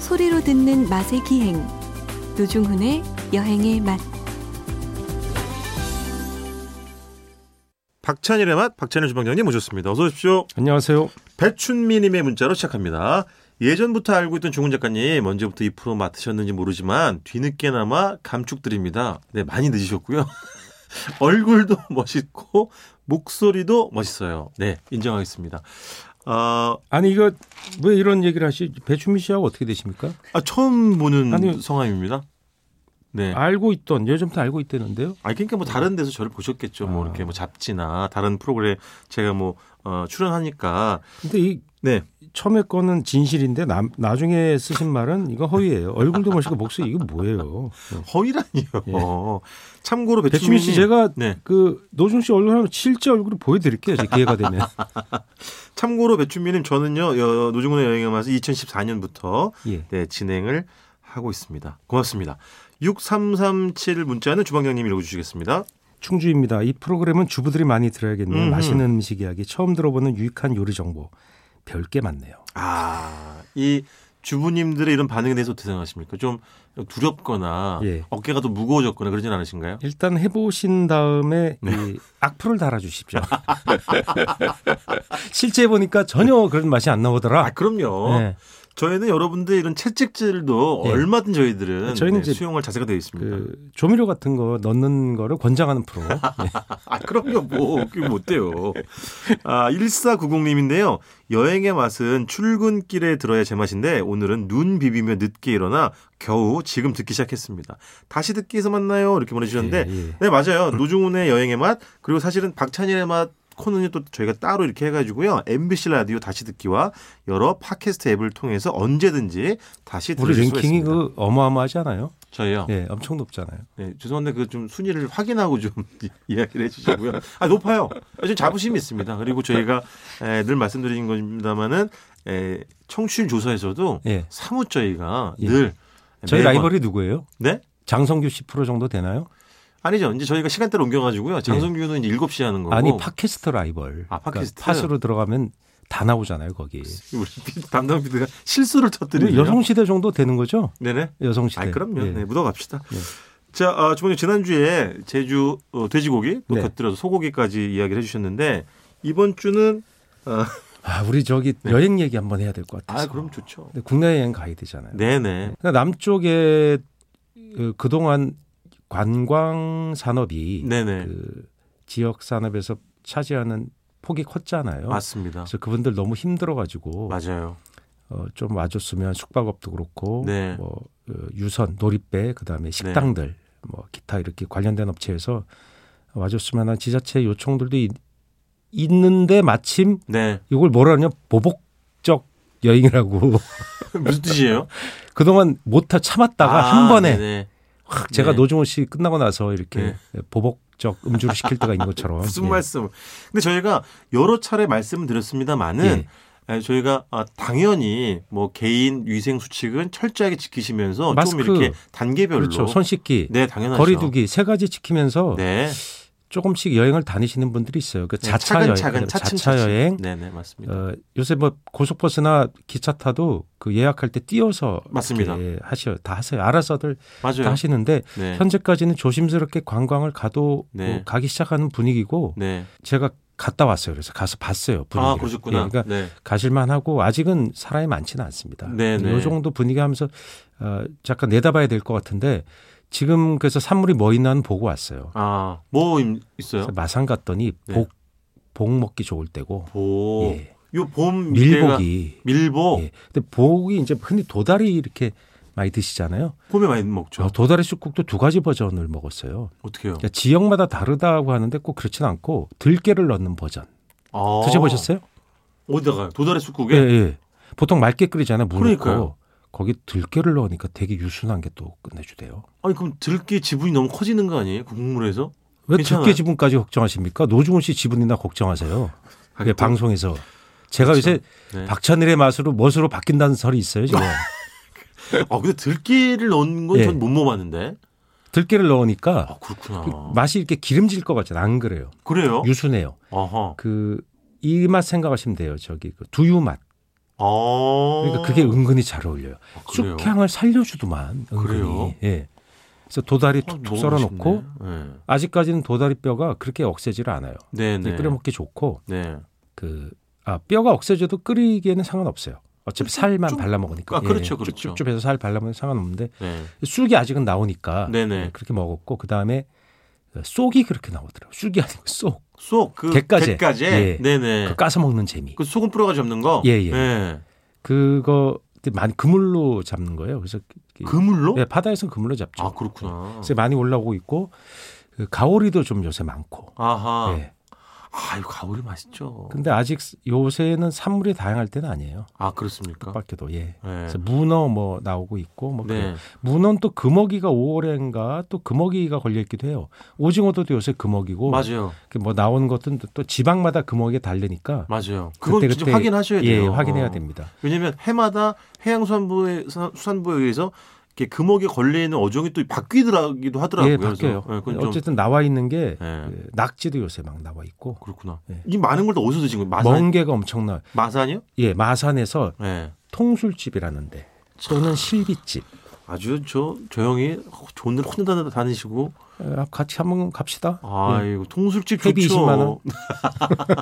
소리로 듣는 맛의 기행 노중훈의 여행의 맛 박찬일의 맛, 박찬일 주방장님 모셨습니다. 어서 오십시오. 안녕하세요. 배춘미님의 문자로 시작합니다. 예전부터 알고 있던 중훈 작가님 언제부터 이 프로 맡으셨는지 모르지만 뒤늦게나마 감축드립니다. 네 많이 늦으셨고요. 얼굴도 멋있고 목소리도 멋있어요. 네 인정하겠습니다. 아, 아니 이거 왜 이런 얘기를 하시? 배추미 씨하고 어떻게 되십니까? 아, 처음 보는 아니, 성함입니다. 네. 아, 알고 있던 예전부터 알고 있다는데요. 그러니까 뭐 다른 데서 저를 보셨겠죠. 뭐 아. 이렇게 뭐 잡지나 다른 프로그램 제가 뭐 어, 출연하니까 근데 이 네 처음에 거는 진실인데 나, 나중에 쓰신 말은 이거 허위예요. 얼굴도 멋있고 목소리 이거 뭐예요? 네. 허위라니요. 참고로 배추미 배추민 씨 제가 네. 그 노중 씨 얼굴 하면 실제 얼굴을 보여드릴게요. 제 기회가 되면. 참고로 배춘미님 저는요 여- 노중훈의 여행에 와서 2014년부터 예. 네, 진행을 하고 있습니다. 고맙습니다. 6337 문자는 주방장님이 읽어주시겠습니다. 충주입니다. 이 프로그램은 주부들이 많이 들어야겠네요. 음흠. 맛있는 음식 이야기, 처음 들어보는 유익한 요리 정보. 별 게 많네요. 아, 이 주부님들의 이런 반응에 대해서 어떻게 생각하십니까? 좀 두렵거나 예. 어깨가 더 무거워졌거나 그러진 않으신가요? 일단 해보신 다음에 네. 이 악플을 달아주십시오. 실제 해보니까 전혀 그런 맛이 안 아, 나오더라. 그럼요. 네. 저희는 여러분들 이런 채찍질도 예. 얼마든 저희들은 저희는 네, 이제 수용할 자세가 되어 있습니다. 그 조미료 같은 거 넣는 거를 권장하는 프로. 네. 아, 그럼요, 뭐. 그게 못 돼요. 아, 1490님인데요. 여행의 맛은 출근길에 들어야 제맛인데 오늘은 눈 비비며 늦게 일어나 겨우 지금 듣기 시작했습니다. 다시 듣기에서 만나요. 이렇게 보내주셨는데. 예, 예. 네, 맞아요. 노중훈의 여행의 맛, 그리고 사실은 박찬일의 맛, 코는요 또 저희가 따로 이렇게 해가지고요 MBC 라디오 다시 듣기와 여러 팟캐스트 앱을 통해서 언제든지 다시 들을 우리 수 랭킹이 있습니다. 그 어마어마하지 않아요? 저희요. 예, 엄청 높잖아요. 네, 죄송한데 그 좀 순위를 확인하고 좀 이야기를 해주시고요. 아 높아요. 좀 자부심이 있습니다. 그리고 저희가 에, 늘 말씀드린 겁니다만은 청취율 조사에서도 예. 사뭇 저희가 예. 늘 저희 매번- 라이벌이 누구예요? 네 장성규 10% 정도 되나요? 아니죠. 이제 저희가 시간대를 옮겨가지고요. 장성규는 이제 7시 하는 거고 예. 아니 팟캐스트 라이벌. 그러니까 아, 팟캐스트. 팟으로 들어가면 다 나오잖아요 거기. 우리 PD 담당 PD가 실수를 터뜨리네요. 여성시대 정도 되는 거죠? 네네. 여성시대. 아 그럼요. 예. 네, 묻어갑시다. 자, 아, 주방님 지난주에 제주 어, 돼지고기 또 네. 곁들여서 소고기까지 이야기를 해주셨는데 이번 주는 아, 아, 우리 저기 여행 얘기 한번 해야 될 것 같아서. 네. 아 그럼 좋죠. 근데 국내 여행 가이드잖아요. 네네. 그러니까 남쪽에 어, 그동안 관광 산업이 네네. 그 지역 산업에서 차지하는 폭이 컸잖아요. 맞습니다. 그래서 그분들 너무 힘들어가지고 맞아요. 어, 좀 와줬으면 숙박업도 그렇고 네. 뭐 어, 유선, 놀이배, 그다음에 식당들, 뭐 기타 이렇게 관련된 업체에서 와줬으면 하는 지자체 요청들도 있, 있는데 마침 네. 이걸 뭐라냐 보복적 여행이라고 그 무슨 뜻이에요? 그동안 못하 참았다가 아, 한 번에 네네. 확 제가 네. 노중호 씨 끝나고 나서 이렇게 보복적 음주를 시킬 때가 있는 것처럼 무슨 예. 말씀? 근데 저희가 여러 차례 말씀을 드렸습니다만은 예. 에, 저희가 아, 당연히 뭐 개인 위생 수칙은 철저하게 지키시면서 마스크. 좀 이렇게 단계별로 그렇죠 손 씻기 네 당연하죠. 거리두기 세 가지 지키면서 네. 조금씩 여행을 다니시는 분들이 있어요 그 네, 자차 여행 차근차근 차츰 자차 여행 네네 맞습니다. 어, 요새 뭐 고속버스나 기차 타도 그 예약할 때 띄어서 맞습니다. 이렇게 하셔 다 하세요 알아서들 맞아요. 다 하시는데 네. 현재까지는 조심스럽게 관광을 가도 네. 어, 가기 시작하는 분위기고 네. 제가 갔다 왔어요. 그래서 가서 봤어요. 분위기. 아 그러셨구나. 그러니까 네. 가실만하고 아직은 사람이 많지는 않습니다. 네, 네. 요 정도 분위기 하면서 어, 잠깐 내다봐야 될 것 같은데 지금 그래서 산물이 뭐 있나 는 보고 왔어요. 아뭐 있어요? 그래서 마산 갔더니 네. 복, 복 먹기 좋을 때고 보. 예. 요봄 밀복이 밀보 예. 근데 복이 이제 흔히 도다리 이렇게 많이 드시잖아요. 봄에 많이 먹죠. 어, 도다리 쑥국도 두 가지 버전을 먹었어요. 어떻게 해요? 그러니까 지역마다 다르다고 하는데 꼭 그렇진 않고 들깨를 넣는 버전 아. 드셔보셨어요? 어디다가요? 도달의 숯국에? 예, 예. 보통 맑게 끓이잖아요. 물 그러니까요. 넣고 거기 들깨를 넣으니까 되게 유순한 게 또 끝내주대요. 아니 그럼 들깨 지분이 너무 커지는 거 아니에요? 그 국물에서? 왜 괜찮아요. 들깨 지분까지 걱정하십니까? 노중훈 씨 지분이나 걱정하세요. 예, 아, 그 또- 방송에서 제가 요새 네. 박찬일의 맛으로 멋으로 바뀐다는 설이 있어요. 지금 아 근데 들깨를 넣은 건그 예. 전 못 먹어봤는데. 들깨를 넣으니까 아 그렇구나. 맛이 이렇게 기름질 것 같잖아요. 안 그래요? 예. 그래요? 유순해요. 아하. 그 이 맛 생각하시면 돼요. 저기 그 두유 맛. 어. 그러니까 그게 은근히 잘 어울려요. 아, 그래요? 쑥향을 살려주더만 은근히. 그래요? 예. 그래서 도다리 아, 툭툭 너무 썰어놓고 맛있네. 네. 아직까지는 도다리 뼈가 그렇게 억세지를 않아요. 네, 네. 끓여 먹기 좋고 네. 그 아, 뼈가 억세져도 끓이기에는 상관없어요. 어차피 살만 좀- 발라 먹으니까. 아, 그렇죠, 그렇죠. 쭈쭈쭈해서 살 발라 먹으면 상관없는데 네. 쑥이 아직은 나오니까 네네. 예, 그렇게 먹었고 그 다음에 쏙이 그렇게 나오더라고. 요 쑥이 아니고 쏙. 쏙, 그, 갯가재. 갯가재? 예. 네네. 그 그, 까서 먹는 재미. 소금 뿌려가 잡는 거? 예, 예. 네. 그거 많이 그물로 잡는 거예요. 그래서 그- 그물로? 예, 바다에서는 그물로 잡죠. 어? 아, 그렇구나. 그래서 많이 올라오고 있고 그 가오리도 좀 요새 많고. 아하. 어. 예. 그 아, 이거 가오리 맛있죠. 근데 아직 요새는 산물이 다양할 때는 아니에요. 아, 그렇습니까? 뜻밖에도 예. 네. 그래서 문어 뭐 나오고 있고 뭐 그래요. 네. 문어는 또 금어기가 5월엔가 또 금어기가 걸려 있기도 해요. 오징어도 요새 금어기고 맞아요. 그뭐 나온 것들은 또 지방마다 금어기에 다르니까 맞아요. 그건 그때, 진짜 그때, 확인하셔야 예, 돼요. 확인해야 어. 됩니다. 왜냐면 해마다 해양수산부에 수- 수산부에 의해서 이렇게 금옥에 걸려 있는 어종이 또 바뀌더라기도 하더라고요. 예, 그래서, 바뀌어요. 예, 그건 좀 어쨌든 나와 있는 게 예. 그 낙지도 요새 막 나와 있고 그렇구나. 예. 이 많은 걸 다 어디서 드신 거예요? 마산? 멍게가 엄청나. 마산이요? 예, 마산에서 예. 통술집이라는데 또는 실비집 아주 저 조용히 좋은 데 혼자 다니시고 어, 같이 한번 갑시다. 아 예. 이거 통술집 좋죠. 회비 20만 원.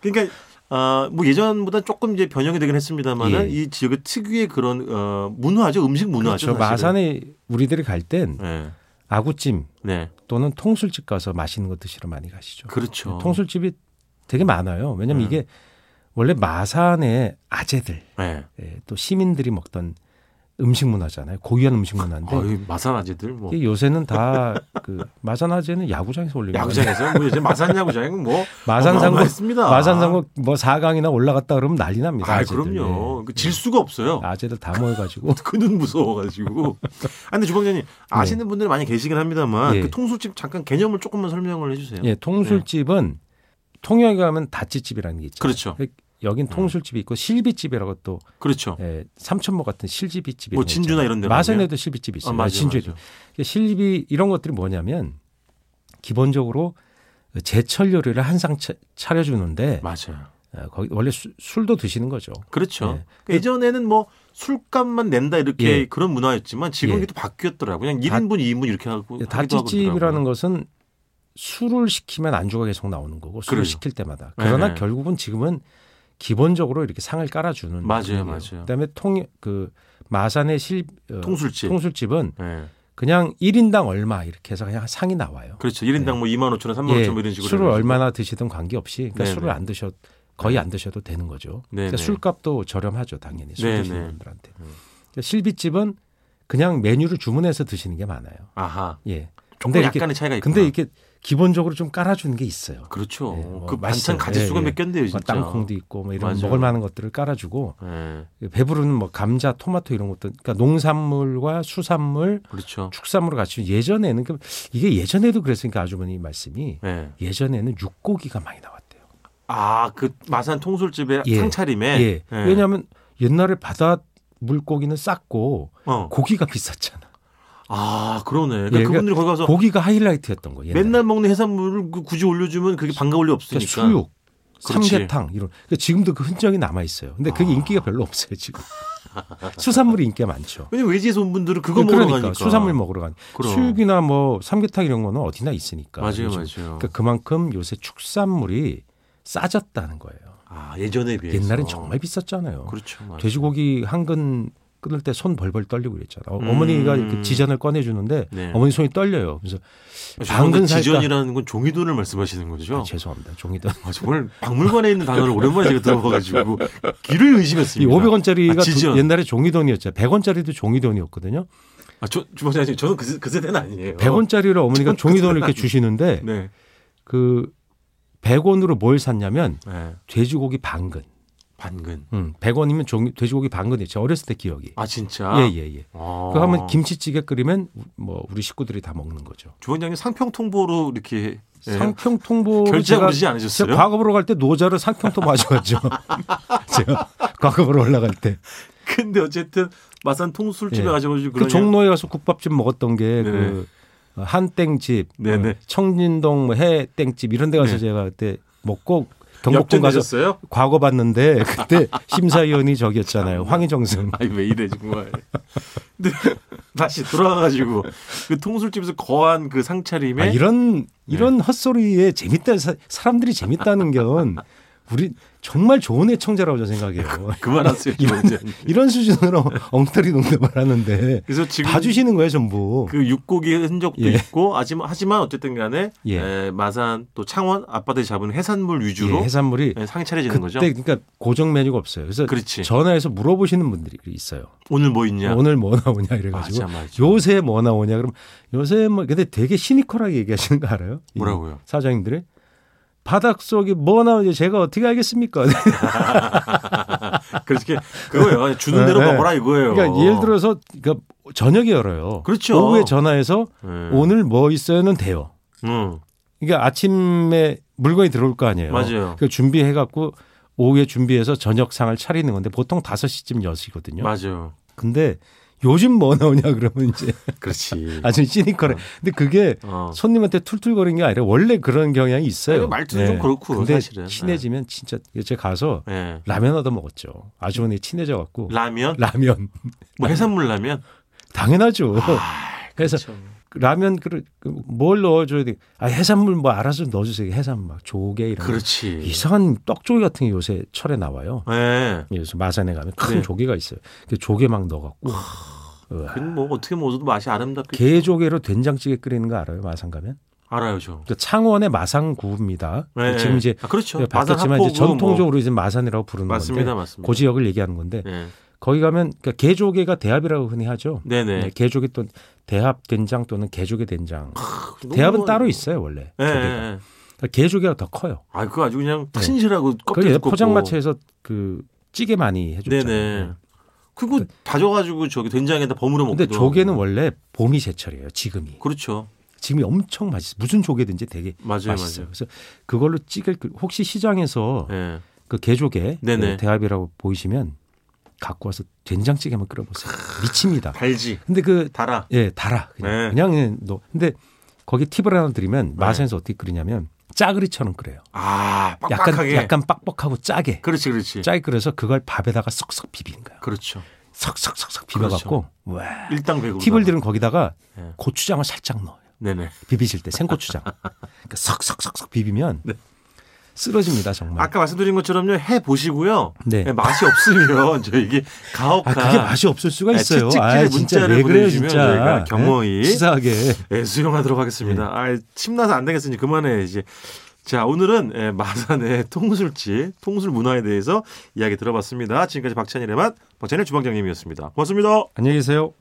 그러니까 아뭐 예전보다 조금 이제 변형이 되긴 했습니다만은 예. 이 지역의 특유의 그런 어 문화죠 음식 문화죠. 사실은. 그렇죠. 마산에 우리들이 갈 땐 예. 아구찜 네. 또는 통술집 가서 맛있는 거 드시러 많이 가시죠. 그렇죠. 네, 통술집이 되게 많아요. 왜냐면 음. 이게 원래 마산의 아재들 예. 예, 또 시민들이 먹던 음식 문화잖아요. 고유한 음식 문화인데 아유 마산 아재들 뭐 이게 요새는 다 그 마산 아재는 야구장에서 올리는 야구장에서 뭐 이제 마산 야구장은 뭐 마산상국 있습니다. 마산상국 뭐 4강이나 올라갔다 그러면 난리 납니다. 아 아재들. 그럼요. 예. 그질 수가 없어요. 아재들 뭐. 다 모여가지고 그 눈 무서워가지고. 아, 근데 주방장님 아시는 분들이 많이 계시긴 합니다만 네. 예. 그 통술집 잠깐 개념을 조금만 설명을 해주세요. 예, 통술집은 통영에 가면 다찌집이라는 게 있죠. 그렇죠. 여긴 통술집이 있고 실비집이라고 또 그렇죠. 예, 삼천모 같은 실비집이 뭐 진주나 이런 데 마산에도 아, 실비집이 있어요. 맞아요. 진주에도 맞아요. 이게 실비 그러니까 이런 것들이 뭐냐면 기본적으로 제철 요리를 한 상 차려주는데 맞아요. 어, 거기 원래 수- 술도 드시는 거죠. 그렇죠. 예. 그러니까 예전에는 뭐 술값만 낸다 이렇게 예. 그런 문화였지만 지금 예. 이게 또 바뀌었더라고요. 그냥 1인분, 이 2인분 이렇게 하고 뭐 하기도 하고 다찌집이라는 그러더라고요. 것은 술을 시키면 안주가 계속 나오는 거고 술을 그래요. 시킬 때마다 네네. 그러나 결국은 지금은 기본적으로 이렇게 상을 깔아주는 맞아요, 분위기예요. 맞아요. 그다음에 통 그 마산의 실 어, 통술집. 통술집은 예. 그냥 1인당 얼마 이렇게 해서 그냥 상이 나와요. 그렇죠. 1인당 뭐 2만 5천 원, 3만 예, 5천 원 이런 식으로. 술을 해가지고. 얼마나 드시든 관계없이 그러니까 네네. 네. 술을 안 드셔 거의 안 드셔도 되는 거죠. 네네. 그러니까 술값도 저렴하죠 당연히 술 네네. 음. 드시는 분들한테. 그러니까 실비집은 그냥 메뉴를 주문해서 드시는 게 많아요. 아하. 예. 조금 근데 이렇게- 약간의 차이가 있구나. 근데 이게 기본적으로 좀 깔아주는 게 있어요. 그렇죠. 예, 뭐 그 맛있어요. 반찬 가짓수가 예, 몇 견데요, 뭐 진짜. 땅콩도 있고 뭐 이런 맞아요. 먹을 만한 것들을 깔아주고 예, 배부르는 뭐 감자, 토마토 이런 것도 그러니까 농산물과 수산물, 그렇죠. 축산물을 같이 예전에는 그 이게 예전에도 그랬으니까 아주머니 말씀이 예. 예전에는 육고기가 많이 나왔대요. 아, 그 마산 통술집의 예. 상차림에. 예. 왜냐하면 옛날에 바다 물고기는 쌌고 어. 고기가 비쌌잖아. 아, 그러네. 그러니까 예, 그분들이 거기 가서 고기가 하이라이트였던 거예요. 옛날에. 맨날 먹는 해산물을 그 굳이 올려주면 그게 반가울 리 그러니까 없으니까. 수육, 그렇지. 삼계탕 이런. 그러니까 지금도 그 흔적이 남아 있어요. 근데 그게 아. 인기가 별로 없어요 지금. 수산물이 인기가 많죠. 왜냐면 외지에서 온 분들은 그거 먹으러 그러니까 가니까. 수산물 먹으러 가니 그럼. 수육이나 뭐 삼계탕 이런 거는 어디나 있으니까. 맞아요, 요즘. 맞아요. 그러니까 그만큼 요새 축산물이 싸졌다는 거예요. 아, 예전에 비해서. 옛날엔 정말 비쌌잖아요. 그렇죠. 맞아요. 돼지고기 한근 끊을 때 손 벌벌 떨리고 그랬잖아. 어, 음. 어머니가 이렇게 지전을 꺼내 주는데 네. 어머니 손이 떨려요. 그래서 방금 당근 살까? 지전이라는 아, 건 종이돈을 말씀하시는 거죠? 아, 죄송합니다. 종이돈. 아, 정말 박물관에 있는 단어를 오랜만에 제가 들어봐가지고 귀를 이 의심했습니다. 500원짜리가 아, 지전. 옛날에 종이돈이었죠. 100원짜리도 종이돈이었거든요. 아, 저, 주방장님, 저는 그, 세- 그 세대는 아니에요. 100원짜리를 어머니가 종이돈을 이렇게 주시는데 네. 그 100원으로 뭘 샀냐면 네. 돼지고기 반근. 반근. 음, 100원이면 종이, 돼지고기 반근이에요. 제 어렸을 때 기억이. 아, 진짜? 예예 예. 예. 아. 그거 하면 김치찌개 끓이면 우- 뭐 우리 식구들이 다 먹는 거죠. 주방장님 상평통보로 이렇게 예. 상평통보 결제하고 그러지 않으셨어요? 제가 과거로 갈 때 노자를 상평통 마셔가죠. 제가 과거로 올라갈 때. 근데 어쨌든 마산 통술집에 예. 가셔가지고 그 그러냐. 종로에 가서 국밥집 먹었던 게 네네. 그 한땡집, 네네. 청진동 뭐 해땡집 이런 데 가서 네. 제가 그때 먹고 경복궁 가서 역전되셨어요? 과거 봤는데 그때 심사위원이 저기였잖아요. 황희정승. 아니 왜 이래 정말. 근데 다시 돌아가가지고 그 통술집에서 거한 그 상차림에 아, 이런 이런 네. 헛소리에 재밌다 사, 사람들이 재밌다는 건 우리 정말 좋은 애청자라고 저는 생각해요. 그만하세요. 이런 이제. 네. 이런 수준으로 엉터리 농담을 하는데 그래서 지금 봐주시는 거예요 전부. 그 육고기 흔적도 예. 있고 하지만, 하지만 어쨌든 간에 예. 에, 마산 또 창원 앞바다에 잡은 해산물 예, 위주로 해산물이 예, 상차려지는 그때 거죠. 그러니까 고정 메뉴가 없어요. 그래서 그렇지. 전화해서 물어보시는 분들이 있어요. 오늘 뭐 있냐? 오늘 뭐 나오냐 맞아 이래가지고 맞아. 요새 뭐 나오냐 그럼 요새 뭐 근데 되게 시니컬하게 얘기하시는 거 알아요? 이 뭐라고요? 사장님들이 바닥 속에 뭐 나오는지 제가 어떻게 알겠습니까? 그렇게 그거예요. 주는 대로 네, 네. 먹어라 이거예요. 그러니까 예를 들어서 그러니까 저녁에 열어요. 그렇죠. 오후에 전화해서 예. 오늘 뭐 있어요는 돼요. 음, 그러니까 아침에 물건이 들어올 거 아니에요. 맞아요. 그 준비해 갖고 오후에 준비해서 저녁 상을 차리는 건데 보통 5시쯤 6시거든요. 맞아요. 근데 요즘 뭐 나오냐 그러면 이제 그렇지. 아주 시니컬해. 근데 그게 어. 손님한테 툴툴거리는 게 아니라 원래 그런 경향이 있어요. 네. 아니, 말투도 좀 그렇고, 근데 사실은. 친해지면 진짜 제가 가서 예. 라면 얻어 먹었죠. 아주머니 친해져 갖고 라면, 라면 뭐 해산물 라면. 당연하죠. 아, 그래서 그렇죠. 라면 그릇 뭘 넣어줘야 돼? 아 해산물 뭐 알아서 넣어주세요. 해산물 막 조개 이런 거. 그렇지. 이상한 떡조개 같은 게 요새 철에 나와요. 예. 예, 그래서 마산에 가면 큰 네. 조개가 있어요. 그 조개 막 넣어갖고 우와. 그건 뭐 어떻게 먹어도 맛이 아름답게 게조개로 된장찌개 끓이는 거 알아요? 마산 가면? 알아요, 저. 그 창원의 마산구입니다. 예, 지금 예. 이제 아, 그렇죠. 바뀌었지만 마산 합포구 이제 뭐. 전통적으로 이제 마산이라고 부르는 맞습니다, 건데 맞습니다. 그 지역을 얘기하는 건데 예. 거기 가면 그러니까 게조개가 대합이라고 흔히 하죠. 네네. 네, 게조개 또 대합 된장 또는 게조개 된장. 아, 뭐 대합은 따로 있어요 원래. 예, 예, 조개가. 예. 그러니까 게조개가 더 커요. 아, 그거 아주 그냥 신실하고 껍데기 그래서 두껍고. 포장마차에서 그 찌개 많이 해줬잖아요. 네네. 그거 다져가지고 저기 된장에다 버무려 먹고. 근데 조개는 원래 봄이 제철이에요. 지금이. 그렇죠. 지금이 엄청 맛있어. 무슨 조개든지 되게 맞아요, 맛있어요. 그래서 그걸로 찌개 끓- 혹시 시장에서 맞아요. 그 게조개 네네. 그 대합이라고 보이시면 갖고 와서 된장찌개 한번 끓여보세요. 미칩니다. 예. 달지, 근데 그 달아. 예, 달아. 네. 그냥 그냥 그냥 넣- 근데 거기 팁을 하나 드리면 마산에서 어떻게 끓이냐면 짜그리처럼 끓여요. 아, 약간 빡빡하게. 약간 빡빡하고 짜게. 그렇지, 예. 그렇지. 짜게 끓여서 그걸 밥에다가 쏙쏙 비비는 거예요. 그렇죠. 쏙쏙쏙쏙 비벼 갖고 와. 일당 배고. 팁을 드리면 거기다가 예. 고추장을 살짝 넣어요. 네네. 비비실 때 생고추장. 그러니까 쏙쏙쏙쏙 비비면 쓰러집니다, 정말. 네. 아까 말씀드린 것처럼요 해 보시고요 네. 네, 맛이 없으면 저 이게 아, 가혹한 그게 맛이 없을 수가 네, 있어요. 채찍질의 아, 진짜 문자를 왜 그래요, 보내주시면 저희가 진짜. 경호의 네? 치사하게. 예, 수용하도록 하겠습니다. 네. 아, 침나서 안 되겠으니 그만해 이제. 자, 오늘은 예, 마산의 통술집, 통술 문화에 대해서 이야기 들어봤습니다. 지금까지 박찬일의 맛, 박찬일 주방장님이었습니다. 고맙습니다. 안녕히 계세요.